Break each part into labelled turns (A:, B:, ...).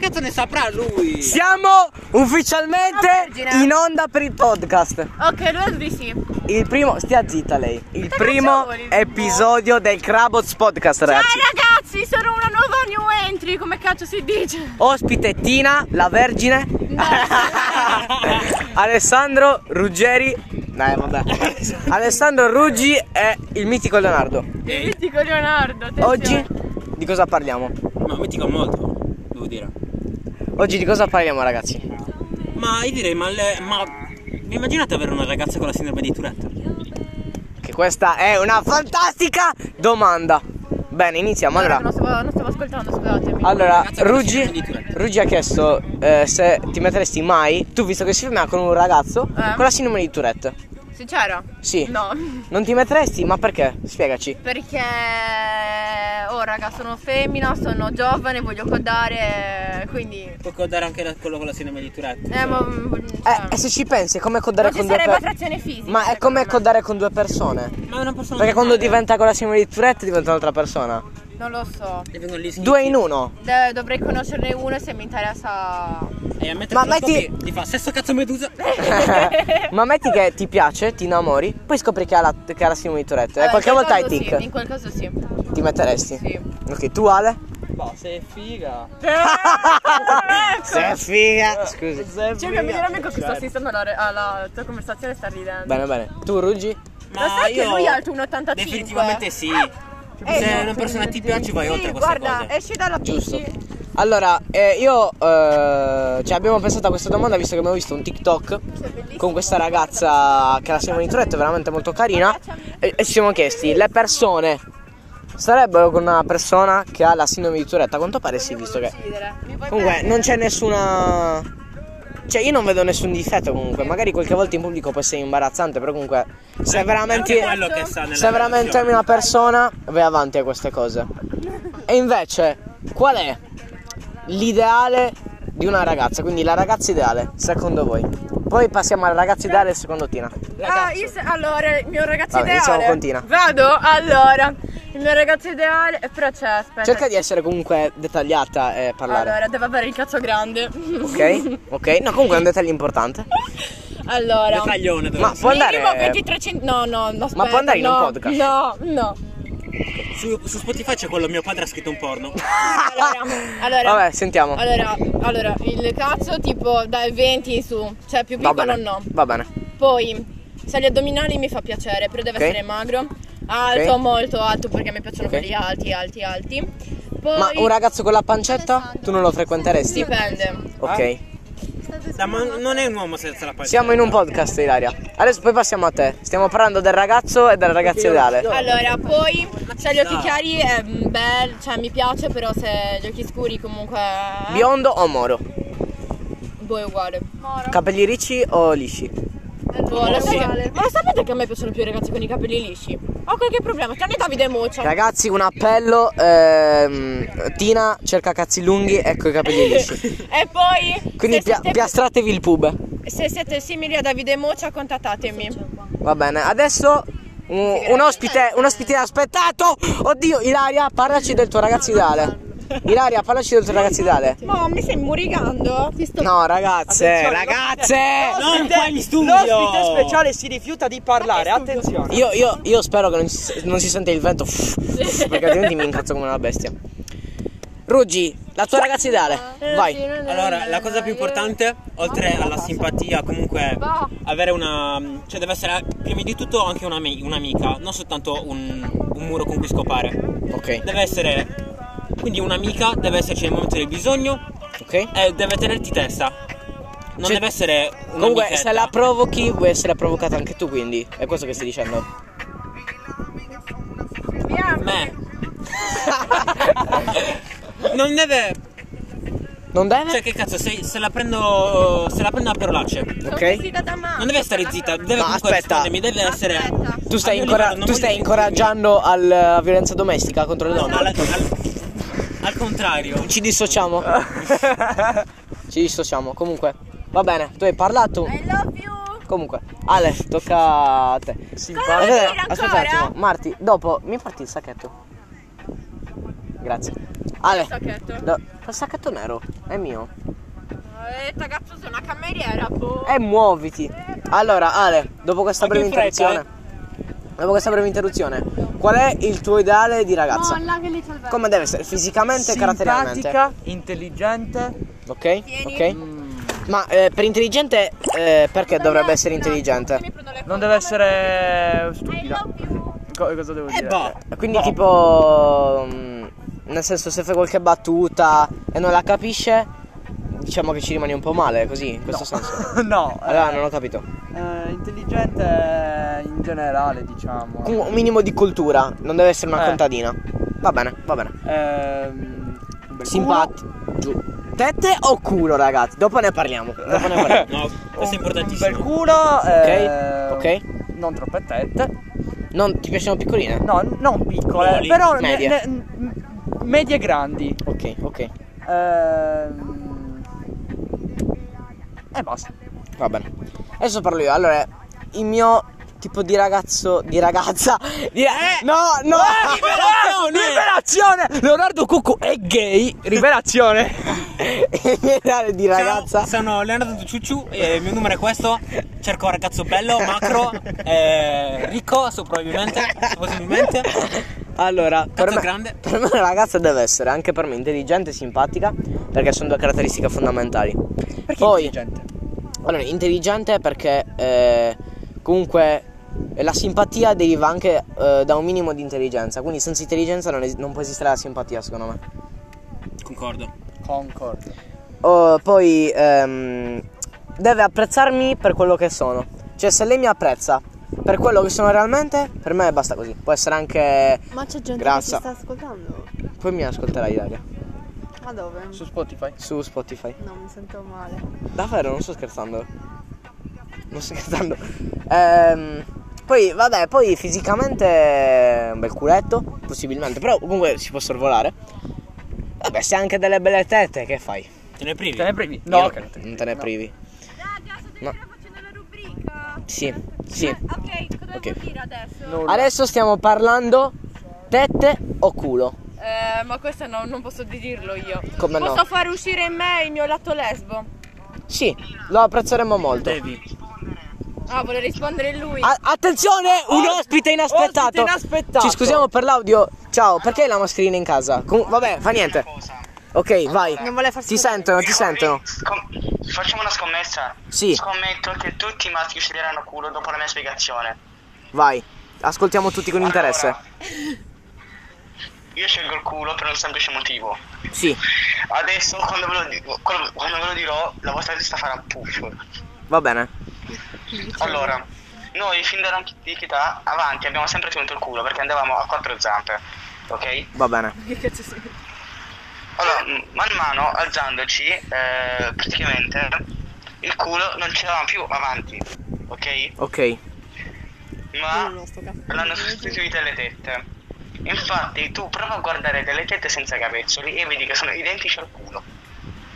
A: cazzo ne saprà lui?
B: Siamo ufficialmente
C: Vergine.
B: in onda per il podcast.
C: Ok, allora di sì.
B: Il primo, stia zitta lei. Il
C: Che
B: primo
C: cazzo vuoi, Lisbo?
B: episodio del Crabots Podcast, ragazzi.
C: Ciao Cioè, ragazzi, sono una nuova new entry, come cazzo si dice?
B: Ospite Tina, la Vergine. Alessandro Ruggeri. No, vabbè. Alessandro Ruggi e il mitico Leonardo.
A: Eh,
C: Il Dico Leonardo. attenzione.
B: Oggi di cosa parliamo?
A: ma mitico molto, devo dire.
B: Oggi di cosa parliamo, ragazzi?
A: Ma io direi, ma, le- ma vi immaginate avere una ragazza con la sindrome di Tourette?
B: Che questa è una fantastica domanda. Bene, iniziamo allora.
C: Non stavo, non stavo ascoltando, scusatemi.
B: Allora,
A: Ragazza, conosci
B: Ruggi,
A: il film di Tourette?
B: Ruggi ha chiesto eh, se ti metteresti mai, tu visto che si ferma con un ragazzo,
C: Eh.
B: con la sindrome di Tourette.
C: Sincero?
B: Sì.
C: No.
B: Non ti metteresti? Ma perché? Spiegaci.
C: Perché oh raga sono femmina, sono giovane, voglio codare, quindi.
A: Puoi codare anche la- quello con la sindrome di Tourette?
C: Eh, ma.
B: Eh,
C: cioè,
B: e se ci pensi, è come codare
C: non ci
B: con due
C: sarebbe
B: persone.
C: attrazione fisica.
B: Ma è
C: secondo
B: come
C: me.
B: codare con due persone.
A: Ma è una persona
B: Perché quando
A: normale.
B: diventa con la sindrome di Tourette diventa un'altra persona.
C: Non lo so.
A: E eh. vengono lì schizzi.
B: Due in uno.
C: De- dovrei conoscerne uno e se mi interessa.
B: Eh,
A: E Eh, a mettere
B: Ma
A: ma metti...
B: metti-
A: ti fa stesso cazzo medusa.
C: Eh.
B: Ma metti che ti piace, ti innamori, poi scopri che ha la, che ha la sindrome di Tourette. E
C: Eh,
B: qualche
C: in quel
B: volta hai
C: caso
B: tic.
C: Sì, in quel caso sì.
B: Ti metteresti?
C: Sì.
B: Ok, tu Ale?
A: Boh, sei figa.
B: Sei figa. Scusi.
C: Cioè, mio migliore amico che sto assistendo alla, re- alla tua conversazione sta ridendo.
B: Bene, bene. Tu Ruggi?
C: Lo sai che lui è alto 1,85?
A: Definitivamente sì.
C: Eh,
A: Se
C: no,
A: una persona ti piace vai oltre
C: Sì,
A: queste
C: guarda, eh.
A: cose.
C: esci dalla PC.
B: Giusto. Allora, eh, io eh, cioè abbiamo pensato a questa domanda visto che abbiamo visto un TikTok
C: bellissimo.
B: con questa ragazza che la sindrome di Tourette è veramente molto carina e, e ci siamo chiesti le persone sarebbero con una persona che ha la sindrome di Tourette, a quanto pare sì, visto che comunque non c'è nessuna cioè io non vedo nessun difetto comunque, magari qualche volta in pubblico può essere imbarazzante, però comunque se
A: Anche
B: veramente
A: quello che sta nella
B: se veramente
A: relazione.
B: ami una persona, vai avanti a queste cose. E invece, qual è l'ideale di una ragazza? Quindi la ragazza ideale, secondo voi? Poi passiamo alla ragazza ideale secondo Tina.
C: Ah, io se- allora, il mio ragazzo
B: Vabbè,
C: ideale.
B: iniziamo con Tina.
C: Vado, allora. Il mio ragazzo ideale. eh, Però c'è, aspetta.
B: Cerca di essere comunque dettagliata e parlare.
C: Allora, deve avere il cazzo grande.
B: Ok? Ok? No, comunque è un dettaglio importante.
C: allora.
A: Dettaglione dove
B: Ma può
C: Minimo
B: andare
C: 2300. No, no, no. aspetta,
B: può andare in un
C: no,
B: podcast?
C: No, no.
A: su, su Spotify c'è quello mio padre ha scritto un porno.
C: Allora, allora.
B: Vabbè, sentiamo.
C: Allora, allora, il cazzo tipo dai 20 in su, cioè più
B: Va
C: piccolo
B: bene.
C: no.
B: Va bene.
C: Poi, se gli addominali mi fa piacere, però deve
B: Ok.
C: essere magro. Alto,
B: Ok.
C: molto alto, perché mi piacciono
B: Ok.
C: quelli alti, alti, alti. Poi,
B: Ma un ragazzo con la pancetta tu non lo frequenteresti?
C: dipende.
B: Ok.
A: Da- ma non è un uomo senza la pancia.
B: Siamo in un podcast Ilaria. Adesso poi passiamo a te. Stiamo parlando del ragazzo e del ragazzo ideale.
C: Allora, poi, se gli
B: Ah.
C: occhi
A: No.
C: chiari è bello, cioè mi piace, però se gli occhi scuri comunque... eh,
B: Biondo o moro?
C: Boh, è uguale.
B: Capelli ricci o lisci?
C: Boh, lo sai che- ma lo sapete che a me piacciono più i ragazzi con i capelli lisci? Ho qualche problema, tranne Davide Moccia.
B: Ragazzi, un appello. ehm, Tina cerca cazzi lunghi, ecco i capelli lisci.
C: e poi...
B: Quindi
C: se
B: pia-
C: siete-
B: piastratevi il pube.
C: Se siete simili a Davide Moccia, contattatemi.
B: Va bene, adesso un, un ospite, un ospite aspettato. Oddio, Ilaria, parlaci del tuo ragazzo ideale. Ilaria, parlaci del tuo ragazzo ideale.
C: Ma mi stai murigando? Ti
A: Esatto.
C: sto
B: No, ragazze, ragazze.
A: Non qua in studio.
D: L'ospite speciale si rifiuta di parlare, attenzione.
B: Io, io- io spero che non si, non si sente il vento f- f- Perché altrimenti mi incazzo come una bestia Ruggi, la tua ragazza ideale
A: Eh,
B: Vai
A: Allora, la cosa più importante, oltre alla simpatia, comunque avere una. cioè deve essere prima di tutto anche una ami- un'amica, non soltanto un, un muro con cui scopare.
B: Ok,
A: Deve essere. Quindi un'amica deve esserci nel momento del bisogno
B: ok
A: e deve tenerti testa. Non
B: Cioè,
A: deve essere una
B: Comunque se la provochi vuoi essere provocata anche tu quindi È questo che stai dicendo
A: Me. non deve.
B: Non
A: Cioè,
B: deve?
A: che cazzo, se, se la prendo. Se la prendo a parolacce.
B: Ok
A: Non deve stare zitta, deve
B: Ma
A: comunque
B: aspetta.
A: rispondermi, deve essere.
B: Tu stai,
A: Al mio
B: incora-
A: livello, non
B: tu
A: voglio
B: stai
A: sentirmi-
B: incoraggiando alla violenza domestica contro le
A: No, ma
B: donne
A: al, al- al contrario.
B: Ci dissociamo Ci dissociamo Comunque Va bene, tu hai parlato
C: I love you.
B: Comunque, Ale, tocca a te.
C: Cosa vuol dire
B: aspetta un
C: ancora?
B: attimo, Marti, dopo mi porti il sacchetto. Grazie. Ale,
C: Sacchetto.
B: da- il sacchetto nero è mio.
C: Eh, cazzo, sei una cameriera, boh.
B: E muoviti. Allora, Ale, dopo questa
A: Anche
B: breve
A: in fretta,
B: interruzione. Dopo questa breve interruzione, qual è il tuo ideale di ragazza?
E: Molla che li salverà.
B: Come deve essere? Fisicamente e caratterialmente.
D: Simpatica, intelligente.
B: Ok?
C: Tieni.
A: Mm.
B: Ok? Ma eh, per intelligente, eh, perché dovrebbe essere intelligente?
D: Non deve essere stupida. Co- cosa
B: Eh,
D: devo
A: E
D: dire?
A: boh.
B: Quindi, tipo. mm, Nel senso, se fai qualche battuta e non la capisce, diciamo che ci rimani un po' male, così, in questo senso.
D: no,
B: Allora, non ho capito.
D: eh, intelligente in generale, diciamo.
B: Comunque, un minimo di cultura, non deve essere una
D: Eh.
B: contadina. Va bene, va bene.
D: Ehm, un bel
B: Simpatico. Tette o culo, ragazzi? Dopo ne parliamo. Dopo ne parliamo.
A: No,
D: culo,
A: questo è
D: un bel
A: importantissimo.
D: culo. eh,
B: ok.
D: Non troppe tette.
B: Non ti piacciono piccoline?
D: No, non piccole,
A: Buoni,
D: però ne-
B: medie.
D: ne- m- medie grandi.
B: Ok, ok.
D: Ehm, e basta.
B: Va bene. Adesso parlo io. Allora, il mio tipo di ragazzo. Di ragazza. Di... No, Ah, no!
D: Rivelazione! Leonardo Cucco è gay. Rivelazione.
B: Il mio ideale di ragazza.
A: Ciao, sono Leonardo Ciucciu e il mio numero è questo. Cerco un ragazzo bello, macro, eh, ricco, so probabilmente. so Possibilmente.
B: Allora, per
A: Cazzo
B: me,
A: grande.
B: per me una ragazza deve essere anche per me intelligente e simpatica. Perché sono due caratteristiche fondamentali.
D: Perché
B: Poi-
D: intelligente?
B: Allora, intelligente perché eh, comunque la simpatia deriva anche eh, da un minimo di intelligenza, quindi senza intelligenza non, es- non può esistere la simpatia secondo me.
A: Concordo.
D: Concord.
B: Oh, poi ehm, deve apprezzarmi per quello che sono, cioè se lei mi apprezza per quello che sono realmente, per me basta così, può essere anche...
E: Ma c'è gente
B: Grazie.
E: che ci sta ascoltando.
B: Poi mi ascolterà Ilaria
E: Ma dove?
D: Su Spotify.
B: su Spotify.
E: No, mi sento male.
B: Davvero, non sto scherzando. Non sto scherzando. Ehm, poi, vabbè, poi fisicamente eh, un bel culetto, possibilmente, però comunque si può sorvolare. Vabbè, se hai anche delle belle tette, che fai?
A: Te ne privi?
D: Te ne previ?
B: Io
D: No,
B: non non te ne privi.
C: Raga, sto
B: No.
C: facendo la rubrica. Eh,
B: Sì, sì.
C: Ok, cosa
B: Ok.
C: devo dire adesso?
B: Adesso stiamo parlando tette o culo.
C: Eh, ma questo no, non posso dirlo io.
B: Come no?
C: posso far uscire in me il mio lato lesbo?
B: Sì, lo apprezzeremo molto.
A: Devi.
C: Ah, vuole rispondere lui.
B: A- attenzione, un ospite inaspettato.
D: ospite inaspettato.
B: Ci scusiamo per l'audio. Ciao, perché hai la mascherina in casa? Com- vabbè, fa niente. Ok, vai.
E: Non vuole farsi
B: Ti
E: vedere.
B: sentono, ti sentono.
F: Scom- facciamo una scommessa.
B: Sì.
F: Scommetto che tutti i maschi sceglieranno culo dopo la mia spiegazione.
B: Vai, ascoltiamo tutti con interesse.
F: Allora, io scelgo il culo per un semplice motivo.
B: Sì,
F: Adesso quando ve lo, dico- quando- quando ve lo dirò la vostra testa farà puff.
B: va bene.
F: Allora, noi fin dall'antichità avanti abbiamo sempre tenuto il culo perché andavamo a quattro zampe. Ok?
B: Va bene.
F: Allora, m- man mano alzandoci, eh, praticamente il culo non ce l'avamo più avanti. Ok?
B: Ok.
F: Ma l'hanno sostituita le tette. Infatti, tu prova a guardare delle tette senza capezzoli e vedi che sono identici al culo.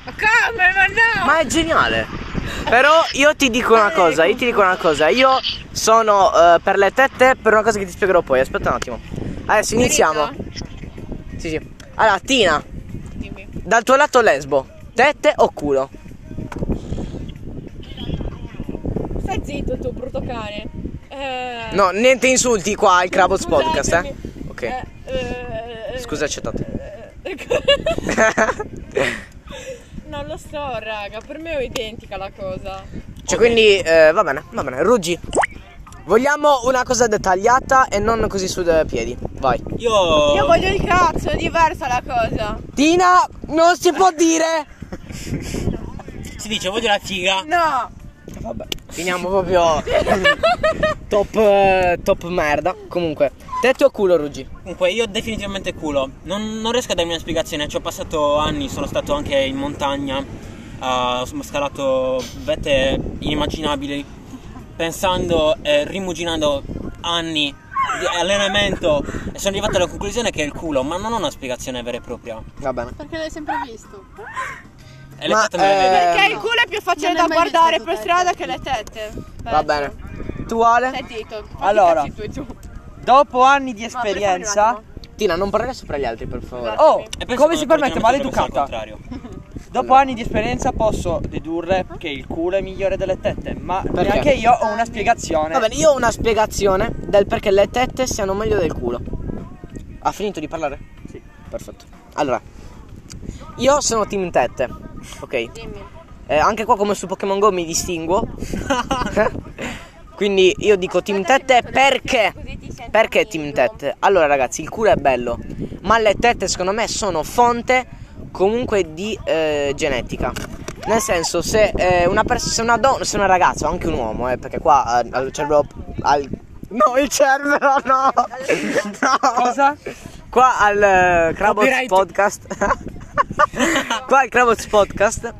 C: Ma come? Ma no!
B: Ma è geniale. Però io ti dico una cosa, io ti dico una cosa, io sono eh, per le tette per una cosa che ti spiegherò poi, aspetta un attimo. Adesso iniziamo. Sì, sì. Allora, Tina,
C: Dimmi.
B: dal tuo lato lesbo, tette o culo?
C: Stai zitto tu, brutto cane. Eh,
B: No, niente insulti qua al Crabos Podcast, eh.
C: Scusatemi.
B: Ok.
C: eh, eh, eh,
B: Scusa, accettate.
C: eh, non lo so, raga, per me è identica la cosa.
B: Cioè, quindi eh, va bene, va bene. Ruggi, vogliamo una cosa dettagliata e non così su due piedi. Vai.
A: Io.
C: Io voglio il cazzo, è diversa la cosa.
B: Tina, non si può dire.
A: Si dice, voglio la figa.
C: No!
B: Vabbè, finiamo proprio. top, eh, top merda. Comunque, tette o culo, Ruggi?
A: Comunque, io definitivamente culo. Non, non riesco a darmi una spiegazione. Ci ho passato anni, sono stato anche in montagna. ah, ho scalato vette inimmaginabili. Pensando e rimuginando anni di allenamento. E sono arrivato alla conclusione che è il culo, ma non ho una spiegazione vera e propria.
B: Va bene.
E: Perché l'hai sempre visto.
A: E le
B: Ma,
A: tette me le
B: eh,
A: vedo.
C: Perché il culo è più facile
E: Non è
C: da
E: mai
C: guardare
E: stato
C: per
E: tette.
C: strada che le tette.
B: Va
C: Penso.
B: bene. Tu Ale?
C: Stai zitto. fatti
D: Allora.
C: i cazzi tuoi tu.
D: Dopo anni di esperienza,
B: Tina, non parlare sopra gli altri, per favore.
E: Oh,
A: E penso
D: come
A: che
D: si
A: un
D: permette,
A: ragionamento
D: maleducata.
A: dovrebbe essere il contrario.
D: Dopo anni di esperienza posso dedurre che il culo è migliore delle tette, ma
B: Perché?
D: neanche io ho una spiegazione.
B: Va bene, io ho una spiegazione del perché le tette siano meglio del culo. Ha finito di parlare?
D: Sì.
B: Perfetto. Allora, io sono team tette, ok?
C: Dimmi.
B: Eh, anche qua come su Pokémon Go mi distinguo. Quindi io dico team tette perché? Perché team tette? Allora ragazzi, il culo è bello, ma le tette secondo me sono fonte comunque di eh, genetica. Nel senso, se eh, una persona, se una donna, se una ragazza, o anche un uomo, eh, perché qua eh, al cervello al No, il cervello no. no.
D: Cosa?
B: Qua al eh, Crabots
D: Copyright.
B: Podcast. Qua al Crabots Podcast.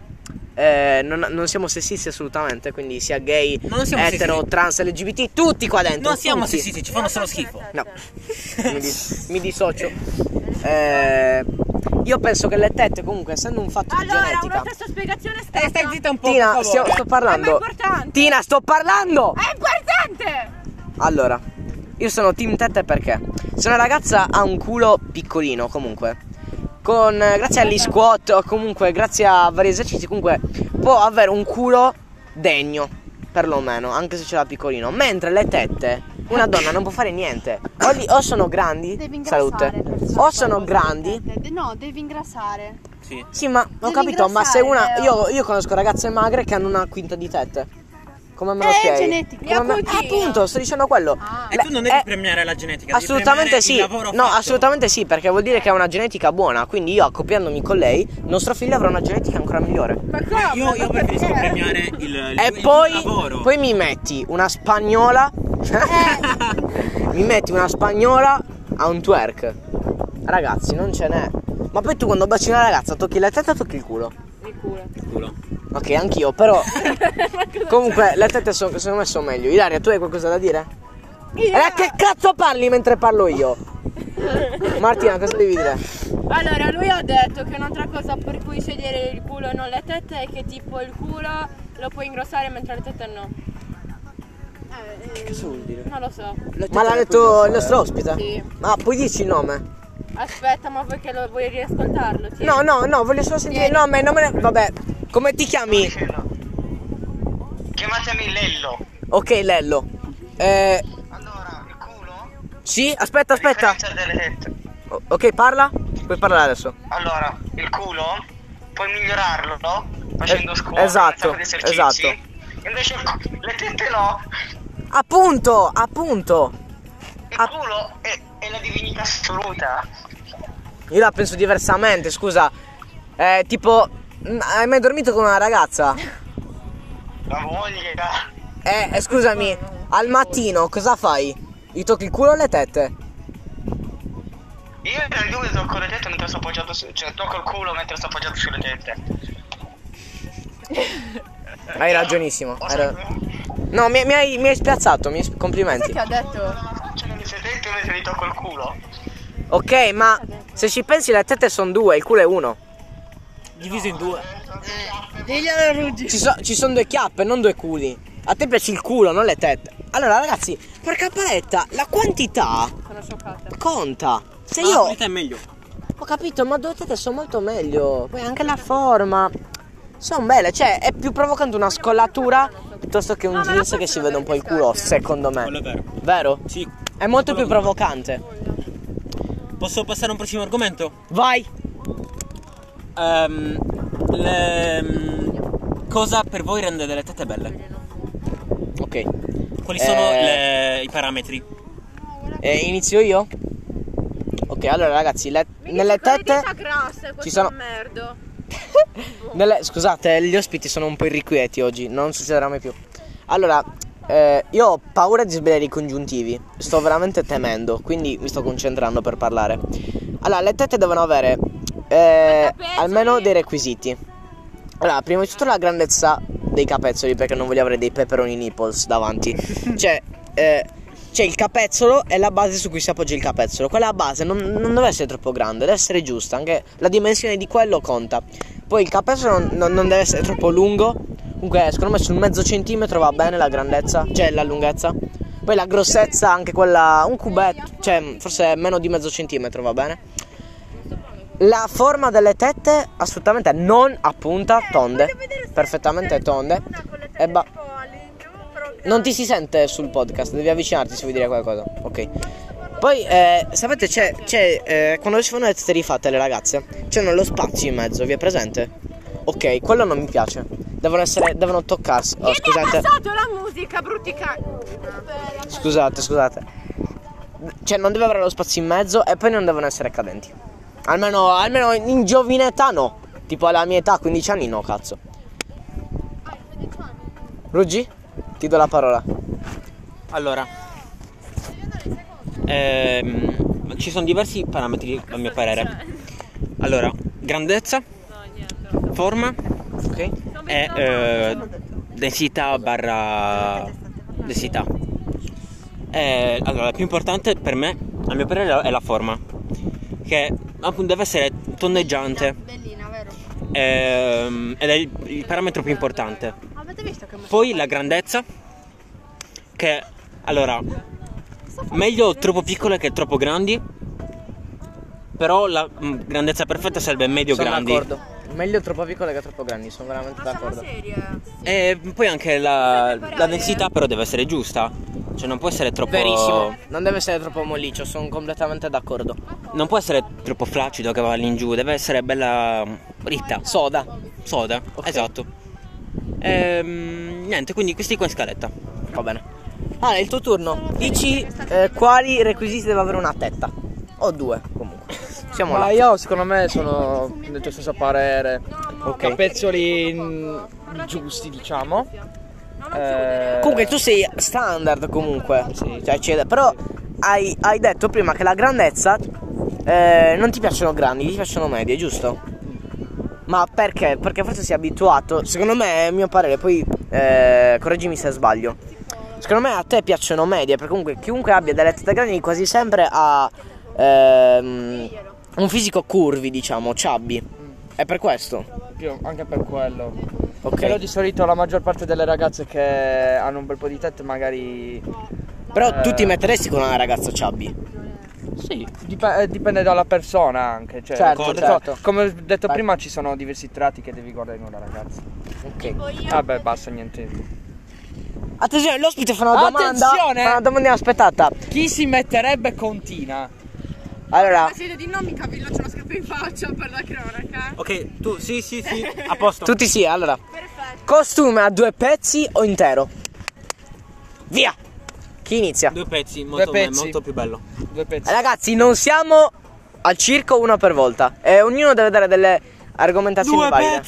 B: eh, non, non siamo sessisti assolutamente, quindi sia gay,
A: Non siamo
B: etero,
A: sessisti.
B: trans, LGBT, tutti qua dentro.
A: Non siamo
B: tutti.
A: sessisti, ci fanno solo schifo.
B: No, mi, dis- mi dissocio. Eh, io penso che le tette, comunque, essendo un fatto di
G: Allora,
B: genetica.
G: un'altra sospegazione sta.
A: Eh, stai zitta un po',
B: Tina,
A: per favore.
B: stiamo- sto parlando.
G: Eh, ma è importante.
B: Tina, sto
A: Eh,
B: parlando.
G: È
C: Eh,
G: importante!
B: Allora, io sono team tette perché se una ragazza ha un culo piccolino comunque, con eh, grazie agli squat o comunque grazie a vari esercizi comunque può avere un culo degno, perlomeno, anche se ce l'ha piccolino, mentre le tette una donna non può fare niente. O, li- o sono grandi,
E: Devi ingrassare.
B: salute, o
E: per fare
B: sono
E: qualcosa con
B: grandi.
E: le tette. No, devi ingrassare.
A: Sì.
B: Sì, ma ho
E: Devi
B: capito, ma se una
E: ingrassare,
B: io, io conosco ragazze magre che hanno una quinta di tette. Come me lo
E: Eh, Ah.
B: spieghi?
E: genetica.
B: Come me-
G: Mia cugina.
B: Appunto, sto dicendo quello.
A: E
B: Le-
A: tu non devi
B: eh,
A: premiare la genetica, devi
B: Assolutamente
A: premiare il
B: sì,
A: lavoro
B: no,
A: fatto.
B: assolutamente sì, perché vuol dire che ha una genetica buona. Quindi io, accoppiandomi con lei, nostro figlio avrà una genetica ancora migliore.
G: Ma come?
A: Io, io preferisco premiare il, il,
B: E
A: il
B: poi,
A: lavoro.
B: poi mi metti una spagnola. cioè, mi metti una spagnola a un twerk. Ragazzi, non ce n'è. Ma poi tu quando baci una ragazza tocchi la testa o tocchi il culo?
A: Il culo.
B: Ok, anch'io, però. Comunque, le tette sono secondo me sono meglio. Ilaria, tu hai qualcosa da dire? Ilaria, che cazzo parli mentre parlo io? Martina, cosa devi dire?
G: Allora, lui ha detto che un'altra cosa per cui scegliere il culo e non le tette è che tipo il culo lo puoi ingrossare mentre le tette no.
B: Cosa vuol dire?
G: Non lo so.
B: Ma l'ha detto il nostro ospite?
G: eh. Sì.
B: Ma puoi dirci il nome?
G: Aspetta, ma perché lo vuoi riascoltarlo? Sì.
B: No, no, no, voglio solo sentire il nome, il nome. Vabbè, come ti chiami?
F: Chiamatemi Lello.
B: Ok, Lello. Eh,
F: Allora, il culo?
B: sì, aspetta, aspetta.
F: differenza delle tette.
B: O- ok, parla. Puoi parlare adesso.
F: Allora, il culo puoi migliorarlo no? facendo
B: Eh,
F: scuola,
B: esatto,
F: un sacco di esercizi.
B: esatto.
F: Invece il cu- le tette no,
B: Appunto, appunto.
F: il
B: Ah.
F: culo è, è la divinità assoluta.
B: Io la penso diversamente, scusa. Eh, tipo, mh, hai mai dormito con una ragazza?
F: La voglia.
B: Eh, eh, scusami, al mattino cosa fai? Gli tocchi il culo o le tette?
F: Io nel dubbio tocco le tette mentre sto appoggiato su, cioè tocco il culo mentre sto appoggiato sulle tette.
B: Hai ragionissimo.
F: O
B: hai
F: se-
B: ra- no, mi, mi hai, mi hai spiazzato, mi- complimenti.
C: Che ha detto?
F: la faccia nelle sue tette mentre gli tocco il culo.
B: Ok, ma se ci pensi le tette sono due, il culo è uno.
A: Diviso in due.
B: Ci, so- ci sono due chiappe, non due culi. A te piace il culo, non le tette. Allora, ragazzi, porca paletta, la quantità
G: Sono scioccata.
B: conta. Se
A: Ah,
B: io
A: questa è meglio.
B: Ho capito, ma due tette sono molto meglio. Poi anche la forma. Sono belle, cioè è più provocante una scollatura piuttosto che un jeans che si vede un po' il culo, secondo
A: Quello è
B: me.
A: vero.
B: Vero?
A: Sì.
B: È molto più provocante.
A: Posso passare a un prossimo argomento?
B: Vai!
A: Ehm, le- mm, cosa per voi rende delle tette belle?
B: Ok,
A: Quali sono
B: Eh.
A: le- i parametri?
B: eh, inizio io? Ok, allora ragazzi, le- nelle tette... ci sono-
G: merdo. Eh,
B: Nelle- scusate, gli ospiti sono un po' irrequieti oggi, non succederà mai più. Allora, eh, io ho paura di sbagliare i congiuntivi, sto veramente temendo, quindi mi sto concentrando per parlare. Allora, le tette devono avere eh, almeno dei requisiti. Allora, prima di tutto la grandezza dei capezzoli, perché non voglio avere dei pepperoni nipples davanti. Cioè, eh, c'è il capezzolo e la base su cui si appoggia il capezzolo. Quella base non, non deve essere troppo grande, deve essere giusta, anche la dimensione di quello conta. Poi il capezzolo non, non- non deve essere troppo lungo. Comunque, secondo me sul mezzo centimetro va bene la grandezza, cioè la lunghezza. Poi la grossezza, anche quella, un cubetto, cioè forse meno di mezzo centimetro, va bene? La forma delle tette assolutamente non a punta,
C: Eh,
B: tonde, perfettamente tonde. E ba- non ti si sente sul podcast, devi avvicinarti se vuoi dire qualcosa. Ok. Poi, eh, sapete, c'è, c'è eh, quando si fanno le tette rifatte le ragazze, c'è lo spazio in mezzo, vi è presente? Ok, quello non mi piace. Devono essere, devono toccarsi. Oh, scusate.
G: la musica, brutti cani.
B: Scusate, scusate. Cioè, non deve avere lo spazio in mezzo e poi non devono essere cadenti. Almeno, almeno in giovine età no. Tipo alla mia età, 15 anni no, cazzo. Ruggi, ti do la parola.
A: Allora, ehm, ci sono diversi parametri a mio parere. Allora, grandezza, forma
B: Ok?
A: e eh, densità barra densità. Eh, allora, la più importante per me, a mio parere, è la forma, che appunto deve essere tondeggiante
E: Bellina, vero?
A: ehm, ed è il, il parametro più importante.
E: Avete visto che
A: Poi la grandezza, che allora, meglio troppo piccole che troppo grandi, però la mm, grandezza perfetta sarebbe
B: sono
A: medio-grandi.
B: d'accordo. Meglio troppo piccole che troppo grandi, sono veramente d'accordo.
A: E Eh, poi anche la, la densità però deve essere giusta, cioè non può essere troppo...
B: Verissimo. Non deve essere troppo molliccio, sono completamente d'accordo.
A: Non può essere troppo flaccido che va all'ingiù, deve essere bella mm, ritta.
B: Soda.
A: Soda,
B: Ok.
A: esatto. Ehm, niente, quindi questi qua in scaletta.
B: Va bene. Ah, è il tuo turno. Dici eh, quali requisiti deve avere una tetta. O due, comunque. Siamo là.
H: Ma io secondo me sono del tuo stesso parere. Ok. Pezzoli mm, giusti, diciamo. Eh,
B: Comunque tu sei standard comunque. Cioè, c'è- però hai, hai detto prima che la grandezza eh, non ti piacciono grandi, ti piacciono medie, giusto?
H: Mm.
B: Ma perché? Perché forse sei abituato. Secondo me, è mio parere, poi eh, correggimi se sbaglio. Secondo me a te piacciono medie, perché comunque chiunque abbia delle tette grandi quasi sempre ha ehm, un fisico curvi, diciamo, chubby.
H: Mm.
B: È per questo.
H: più- anche per quello.
B: Ok.
H: Però di solito la maggior parte delle ragazze che hanno un bel po' di tette magari...
B: Però tu
H: eh,
B: ti metteresti con una ragazza chubby.
H: Sì, dip- eh, dipende dalla persona anche. Cioè,
B: Certo,
H: come ho
B: certo.
H: detto- Come ho detto
B: Vai.
H: prima ci sono diversi tratti che devi guardare in una ragazza.
B: Ok.
H: Vabbè, basta, niente.
B: Attenzione, l'ospite fa una domanda.
H: Attenzione!
B: Fa una domanda inaspettata.
H: Chi si metterebbe con Tina?
B: Allora,
G: sede di nomi Cavillo ce l'ho scritto in faccia per la cronaca.
A: Ok, tu sì, sì, sì, a posto.
B: tutti sì, allora. Costume a due pezzi o intero? Via! Chi inizia?
A: Due pezzi, molto,
H: pezzi.
A: molto più bello.
H: Due pezzi.
B: Ragazzi, non siamo al circo una per volta. E ognuno deve dare delle argomentazioni valide.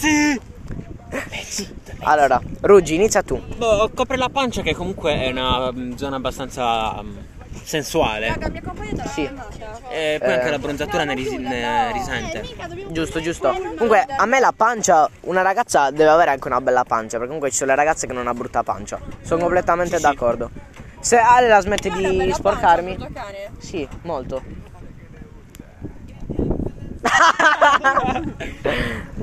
A: pezzi!
B: Allora, Ruggi, inizia tu.
A: Boh, copre la pancia che comunque è una mm, zona abbastanza mm, sensuale.
G: Mi accompagnate alla
B: Sì.
G: fermata?
A: E poi
B: Eh.
A: anche la bronzatura ne, ris- ne risente.
B: Giusto, giusto. Comunque, a me la pancia, una ragazza deve avere anche una bella pancia. Perché comunque ci sono le ragazze che non hanno brutta pancia. Sono completamente
A: Sì, sì.
B: d'accordo. Se Ale la smette
G: Guarda, bella
B: di
G: pancia,
B: sporcarmi.
G: brutto cane.
B: Sì, molto.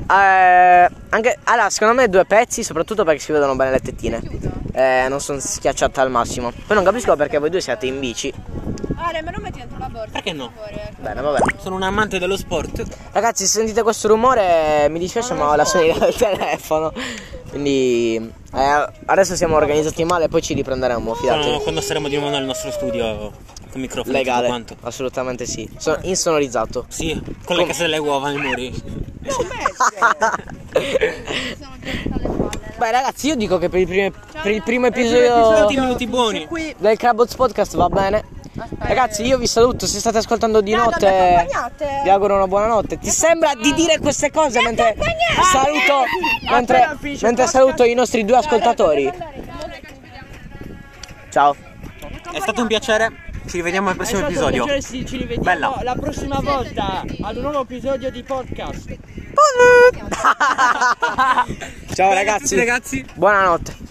B: Eh, anche, allora, secondo me due pezzi, soprattutto perché si vedono bene le tettine. Eh, non sono schiacciate al massimo. Poi non capisco perché voi due siate in bici.
G: Ale, me lo metti dentro la borsa.
A: Perché no?
B: Bene, vabbè.
A: Sono un amante dello sport.
B: Ragazzi, se sentite questo rumore, mi dispiace, ma ho la sonina del telefono. Quindi, eh, adesso siamo organizzati male, poi ci riprenderemo,
A: Quando,
B: fidatevi.
A: quando saremo di nuovo nel nostro studio con microfono e tutto
B: Legale,
A: quanto.
B: assolutamente sì. Sono insonorizzato.
A: Sì, con le case delle uova nei muri.
B: Beh, ragazzi, io dico che per il, prime- per il primo episodio.
A: 20 minuti buoni.
B: del Crabots Podcast va bene. Ragazzi, io vi saluto. Se state ascoltando di notte, vi auguro una buona notte. Ti sembra di dire queste cose mentre saluto, mentre, mentre saluto i nostri due ascoltatori? Ciao.
A: È stato un piacere. Ci rivediamo al prossimo episodio.
D: ci
A: Bella.
D: la prossima volta ad un nuovo episodio di podcast.
B: Ciao
A: Bene a tutti,
B: ragazzi.
A: ragazzi.
B: Buonanotte.